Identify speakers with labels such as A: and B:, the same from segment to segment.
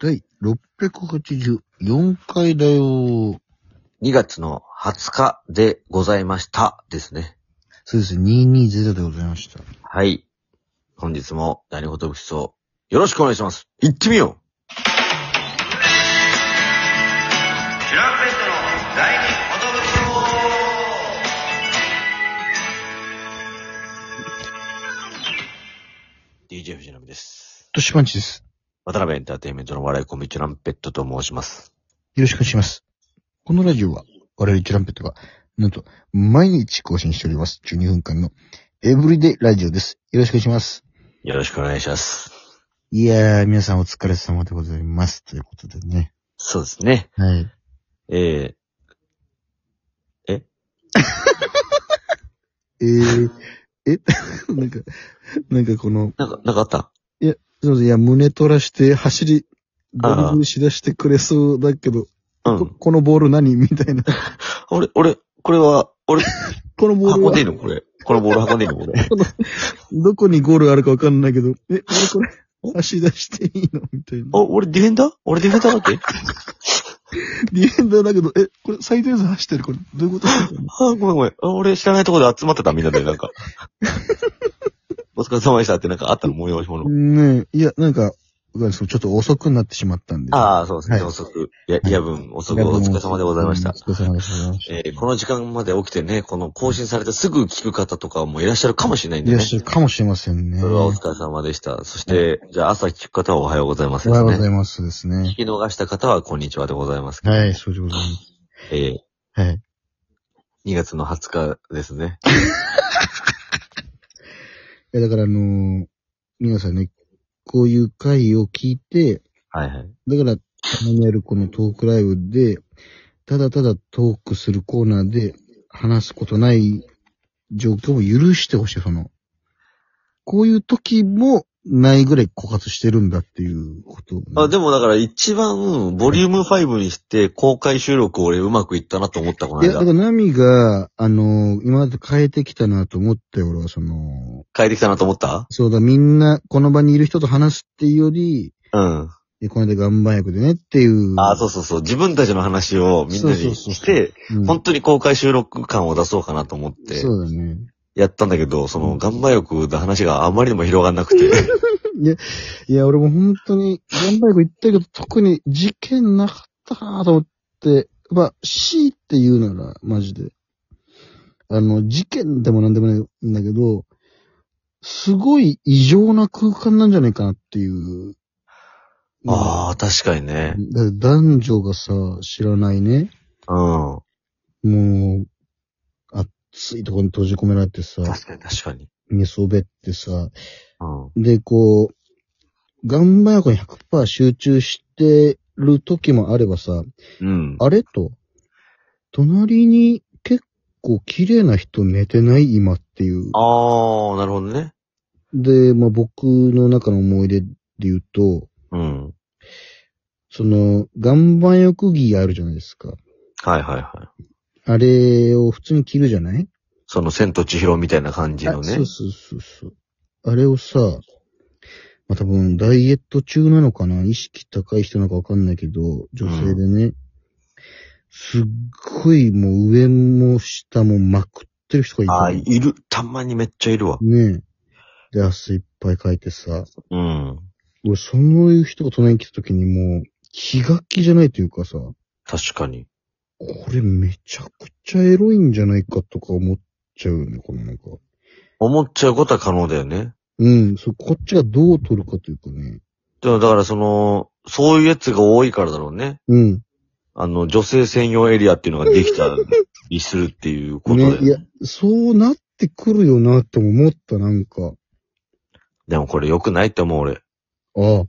A: 第684回だよ。
B: 2月の20日でございましたですね。
A: そうです。220でございました。
B: はい。本日も何事物質をよろしくお願いします。行ってみようシュランペットの第二事物 DJ 藤波です。
A: としパンチです。
B: 渡辺エンターテインメントの笑いコンビチュランペットと申します。
A: よろしくお願いします。このラジオは、我々チュランペットが、なんと、毎日更新しております。12分間の、エブリデイラジオです。よろしくお願いします。
B: よろしくお願いします。
A: いやー、皆さんお疲れ様でございます。ということでね。
B: そうですね。
A: はい。
B: え
A: えー、え、 なんか、なんかこの、
B: ー、なんか、なんかあった
A: すいませんいや、胸トラして走り、ドリブルしだしてくれそうだけど、
B: う
A: こ
B: ん。
A: このボール何みたいな。
B: 俺、俺、これは、俺、
A: このボール
B: 運ん
A: は
B: でいいのこれ。このボール運んでいいの これ。
A: どこにゴールあるかわかんないけど、 え、これ、これ、足出していいのみたいな。
B: お、俺ディフェンダー俺ディフェンダーだ って
A: ディフェンダーだけど、え、これ、最低差走ってるこれ、どういうこと
B: あー、ごめんごめん。あ俺知らないところで集まってたみんなで、なんか。 お疲れ様でしたってなんかあったの催し物。
A: ねえ、いや、なんか、ごめんなさいちょっと遅くなってしまったんで。
B: ああ、そうですね。
A: はい
B: 遅く。や、夜分、遅く、お疲れ様でございました
A: お。疲れ様でございました。
B: えーこの時間まで起きてね、この更新されてすぐ聞く方とかもいらっしゃるかもしれないん
A: い
B: で
A: らっ
B: ね。
A: しゃるかもしれませんね。
B: それはお
A: お
B: 疲れ様でした。そして、じゃあ朝聞く方はおはようございますで
A: はよう
B: す
A: ござ
B: ね。
A: いますです
B: 聞
A: ね。
B: き逃した方はこんにちはでございますけど。
A: はい、そうでございます。
B: えー
A: はい。
B: 2月の20日ですね。
A: いや、だからあのー皆さんね、こういう回を聞いて、
B: はいはい。
A: だから、たまにやるこのトークライブで、ただただトークするコーナーで話すことない状況を許してほしい、その。こういう時もないぐらい枯渇してるんだっていうことをね、
B: あ、でもだから一番、ボリューム5にして公開収録俺うまくいったなと思った、この
A: いや、だか
B: 間。
A: らナミが、あのー今まで変えてきたなと思って、俺はその、
B: 変えてきたなと思った
A: そうだ、みんな、この場にいる人と話すっていうより、
B: うん。
A: えこの間岩盤役でねっていう。
B: あ、そうそうそう。自分たちの話をみんな
A: そう
B: に
A: そうそう
B: し
A: そう
B: て、
A: うん
B: 本当に公開収録感を出そうかなと思って、
A: そうだね。
B: やったんだけど、そうの、
A: ん
B: ガンマ欲の話があまりにも広がんな くて。
A: いや、俺も本当に、ジャンバイク行ったけど、特に事件なかったかなと思って、まあ、C って言うなら、マジで。あの、事件でもなんでもないんだけど、すごい異常な空間なんじゃないかなっていう。
B: ああ、確かにね。
A: だって男女がさ、知らないね。
B: うん。
A: もう、暑いところに閉じ込められてさ、
B: 確かに確かに。
A: 寝そべってさ、
B: うん。
A: で、こう、岩盤浴に100%集中してる時もあればさ、
B: うん。
A: あれと、隣に結構綺麗な人寝てない今っていう。
B: ああ、なるほどね。
A: で、まあ僕の中の思い出で言うと、
B: うん。
A: その、岩盤浴着あるじゃないですか。
B: はいはいはい。
A: あれを普通に着るじゃない
B: その、千と千尋みたいな感じの
A: あ
B: ね
A: そう。そうそうそう。あれをさ、まあ、多分、ダイエット中なのかな意識高い人なのかわかんないけど、女性でね、すっごいもう上も下もまくってる人がい
B: ああ、
A: たの。
B: いる。たまにめっちゃいるわ。
A: ねえ。で、汗いっぱいかいてさ、
B: うん。
A: 俺、そういう人が隣に来た時にもう、気が気じゃないというかさ、
B: 確かに。
A: これめちゃくちゃエロいんじゃないかとか思っちゃうよね、このなんか。
B: 思っちゃうことは可能だよね。
A: うん、そう、こっちがどう取るかというかね。
B: でもだからその、そういうやつが多いからだろうね。
A: うん。
B: あの、女性専用エリアっていうのができたりするっていうことだよ
A: ね、い
B: ね。
A: や、そうなってくるよなとも思った、なんか。
B: でもこれ良くないって思う俺。
A: ああ。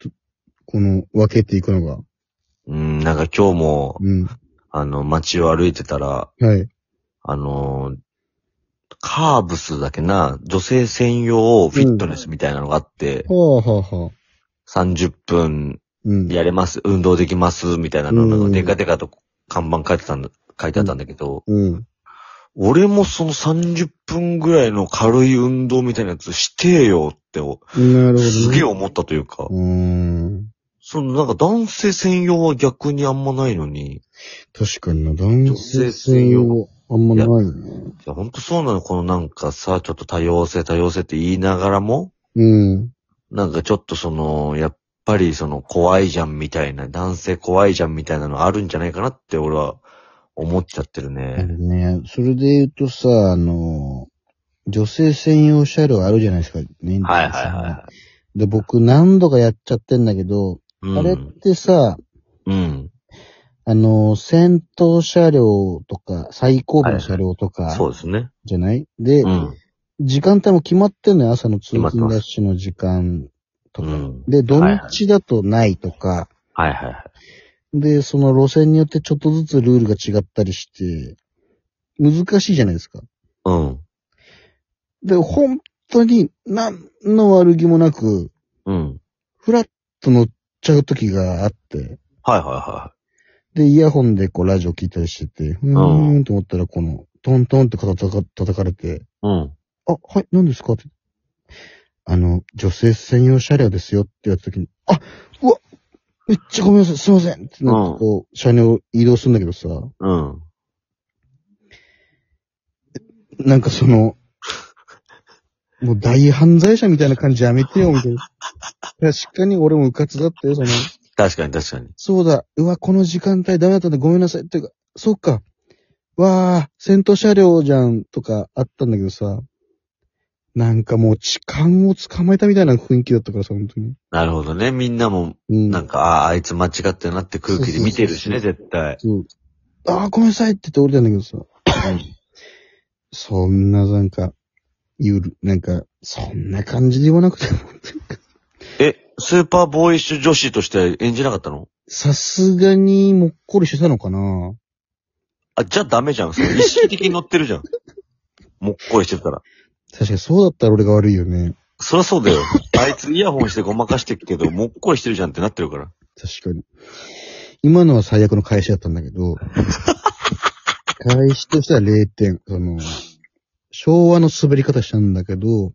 A: とこの、分けていくのが。
B: うん、なんか今日も、
A: うん。
B: あの、街を歩いてたら、
A: はい。
B: あのーカーブスだっけな、女性専用フィットネスみたいなのがあって、
A: はあ、はあ、はあ。
B: 30分
A: うん。
B: やれます、運動できます、みたいなの
A: うん
B: なんかデカデカと看板書いてたんだ、書いてあったんだけど、
A: うん。
B: 俺もその30分ぐらいの軽い運動みたいなやつしてよってお、
A: なるほど、ね。
B: すげえ思ったというか、
A: うーん。
B: そのなんか男性専用は逆にあんまないのに。い
A: 確かにな、男性専用、あんまないよね。
B: や、ほんとそうなの、このなんかさ、ちょっと多様性多様性って言いながらも、
A: うん。
B: なんかちょっとその、やっぱりその怖いじゃんみたいな、男性怖いじゃんみたいなのあるんじゃないかなって俺は思っちゃってる
A: あれ
B: ね。
A: ね、それで言うとさ、あの、女性専用車両あるじゃないですか、ね。
B: はいはいは
A: で、僕何度かやっちゃってんだけど、
B: い。うん、
A: あれってさ、
B: うん。
A: あの、先頭車両とか、最後部の車両とか、
B: そうですね。
A: じゃないで、
B: うん。
A: 時間帯も決まってんのよ、朝の通
B: 決まって
A: 勤
B: ます
A: ラッシュの時間と
B: う
A: か。
B: ん。
A: で、土日だとないとか、
B: はいはいはい。
A: で、その路線によってちょっとずつルールが違ったりして、難しいじゃないですか。
B: うん。
A: で、本当に何の悪気もなく、
B: うん。
A: フラッと乗っちゃう時があって、
B: はいはいは
A: で、イヤホンでこうラジオ聞いたりしてて、うーんと思ったらこの、トントンって肩たか叩かれて、
B: い。うん。
A: あ、はい、何ですかって。あの、女性専用車両ですよって言われた時に、あ、うわ、めっちゃごめんなさい、すいませんってなってこう、車両移動するんだけどさ、
B: うん。
A: なんかその、もう大犯罪者みたいな感じやめてよ、みたいな。確かに俺もうかつだったよ、その、
B: 確かに確かに。
A: そうだ、うわ、この時間帯ダメだったんだ、ごめんなさい。っていうか、そうか、わあ、戦闘車両じゃん、とかあったんだけどさ、なんかもう痴漢を捕まえたみたいな雰囲気だったからさ、本当に。
B: なるほどね。みんなも、
A: うん。
B: なんか、ああ、あいつ間違ってるなって空気で見てるしね、
A: そ
B: 絶対。
A: そうああ、ごめんなさいって言って降りたんだけどさ、そんな、なんか、ゆる、なんか、そんな感じで言わなくても、
B: え、スーパーボーイッシュ女子として演じなかったの
A: さすがにもっこりしてたのかな
B: あ、じゃあダメじゃん。それ一時的に乗ってる じゃん。もっこりしてたら。
A: 確かにそうだったら俺が悪いよね。
B: そりゃそうだよ。あいつイヤホンしてごまかしてるけど、もっこりしてるじゃんってなってるから。
A: 確かに。今のは最悪の返しだったんだけど、 返しとしては0点。その、昭和の滑り方したんだけど、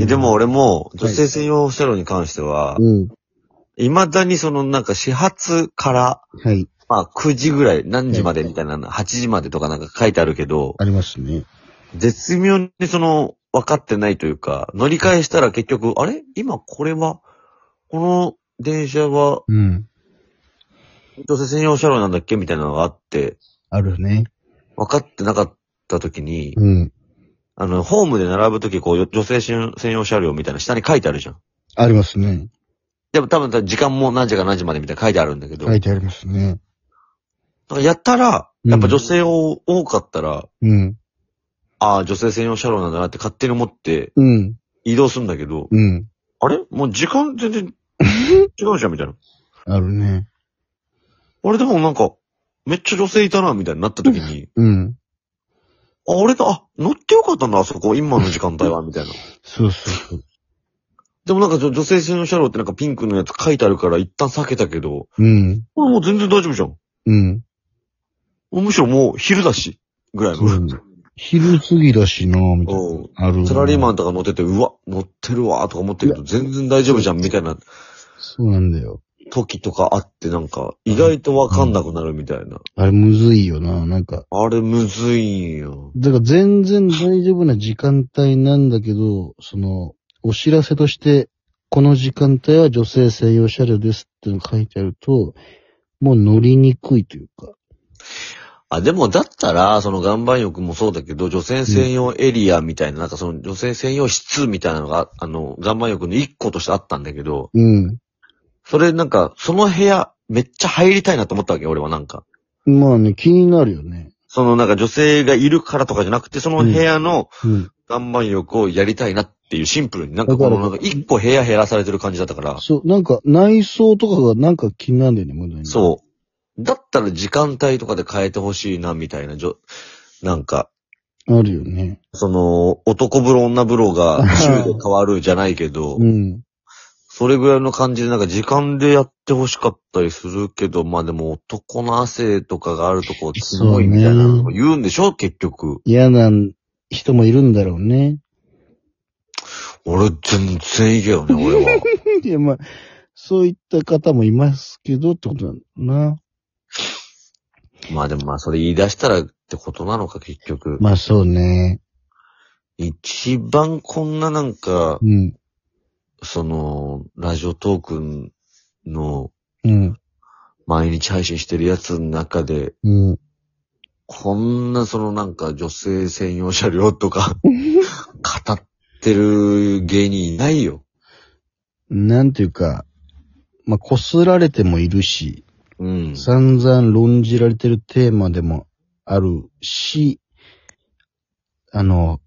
B: えでも、俺も、
A: い
B: 女性専用車両に関しては、
A: うん、
B: 未だにそのなんか始発から、
A: はい、
B: まあ9時ぐらい、何時までみたいな、8時までとかなんか書いてあるけど、
A: ありますね。
B: 絶妙にその、分かってないというか、乗り換えしたら結局、あれ今これは、この電車は
A: うん、
B: 女性専用車両なんだっけみたいなのがあって、
A: あるね。
B: 分かってなかった時に、
A: うん、
B: あの、ホームで並ぶとき、こう、よ女性専用車両みたいな下に書いてあるじゃん。
A: ありますね。
B: でも多分、時間も何時から何時までみたいな書いてあるんだけど、
A: 書いてありますね。
B: なんかやったら、
A: うん
B: やっぱ女性を多かったら、
A: うん、
B: ああ、女性専用車両なんだなって勝手に思って
A: うん、
B: 移動するんだけど、
A: うん、
B: あれもう時間全然違うじゃんみたいな。
A: あるね。
B: あれでもなんか、めっちゃ女性いたな、みたいになった時に、
A: うん、
B: あ、俺だ、あ、乗ってよかったな、あそこ、今の時間帯は、みたいな。
A: そうそう
B: でもなんか女女性専用車両ってなんかピンクのやつ書いてあるから一旦避けたけど、
A: そう。うん、
B: これもう全然大丈夫じゃん。
A: うん。
B: むしろもう昼だし、ぐらい
A: そうなん
B: の。
A: だ昼過ぎだしなぁ、みたいな。
B: うん
A: ある。
B: サラリーマンとか乗ってて、うわ、乗ってるわ、とか思ってるけど、全然大丈夫じゃん、みたいな
A: そうなんだよ。
B: 時とかあって、なんか、意外とわかんなくなるみたいな。
A: あれむずいよな。なんか、
B: あれ、むずいんよ。
A: だから全然大丈夫な時間帯なんだけど、その、お知らせとして、この時間帯は女性専用車両ですっての書いてあると、もう乗りにくいというか。
B: あ、でも、だったら、その岩盤浴もそうだけど、女性専用エリアみたいな、なんかその女性専用室みたいなのが、あの、岩盤浴の一個としてあったんだけど、
A: うん。
B: それなんか、その部屋、めっちゃ入りたいなと思ったわけ、俺はなんか。
A: まあね、気になるよね。
B: そのなんか女性がいるからとかじゃなくて、その部屋の、
A: うん。
B: 岩盤浴をやりたいなっていうシンプルに、なんかこのなんか一個部屋減らされてる感じだったから、
A: そう、なんか内装とかがなんか気になるんだよね、無駄に。う。
B: そう。だったら時間帯とかで変えてほしいな、みたいな、じょ、なんか、
A: あるよね。
B: その、男風呂、女風呂が週で変わるじゃないけど
A: う、ん。
B: それぐらいの感じでなんか時間でやってほしかったりするけど、まあでも男の汗とかがあるとこう、すごいみたいなのを言うんでしょ、結局。
A: 嫌な人もいるんだろうね。
B: 俺全然いいけどね、俺は。
A: いや、まあ、そういった方もいますけどってことなんだな。
B: まあでもまあそれ言い出したらってことなのか結局。
A: まあそうね。
B: 一番こんななんか、
A: うん。
B: その、ラジオトークの
A: うん。
B: 毎日配信してるやつの中で、
A: うん。
B: こんなそのなんか女性専用車両と か語ってる芸人いないよ。
A: なんていうか、まあ、こすられてもいるし、
B: うん。
A: 散々論じられてるテーマでもあるし、あの、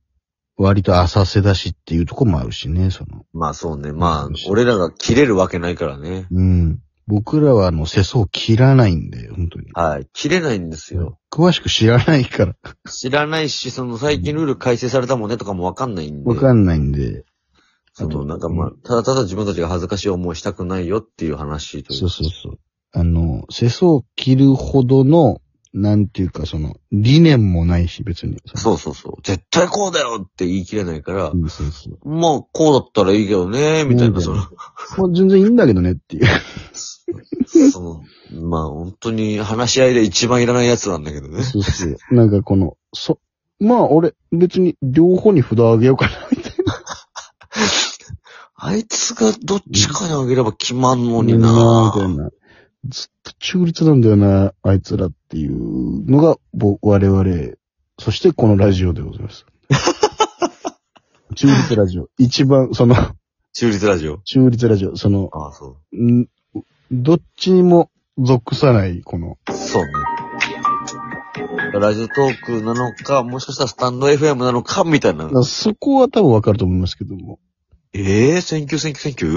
A: 割と浅瀬だしっていうとこもあるしね、その。
B: まあそうね。まあ、俺らが切れるわけないからね。
A: うん。僕らはあの、世相を切らないんで、本当に。
B: はい。切れないんですよ。
A: 詳しく知らないから、
B: 知らないし、その最近ルール改正されたもんねとかもわかんないんで。
A: わかんないんで。
B: そのなんかまあ、ただただ自分たちが恥ずかしい思いしたくないよっていう話という。
A: そうそうそう。あの、世相を切るほどの、なんていうか、その、理念もないし、別に。
B: そうそうそう。絶対こうだよって言い切れないから、
A: うんそうそう。
B: まあ、こうだったらいいけどね、みたい
A: うん
B: な、その、
A: もう全然いいんだけどねっていう。
B: その、まあ本当に話し合いで一番いらないやつなんだけどね。
A: そうそう。なんかこの、そ、まあ俺、別に両方に札あげようかな、みたい
B: あいつがどっちかにあげれば決まんのに
A: な。
B: な
A: みたいな。ずっと中立なんだよな、あいつらっていうのが、僕、我々、そしてこのラジオでござい ます。中立ラジオ。一番、その、
B: 中立ラジオ。
A: 中立ラジオ。その、
B: ああ、そ
A: んどっちにも属さない、この。
B: う。そうね。ラジオトークなのか、もしかしたらスタンド FM なのか、みたいな。
A: そこは多分わかると思いますけども。
B: ええー、センキューセンキューセンキュー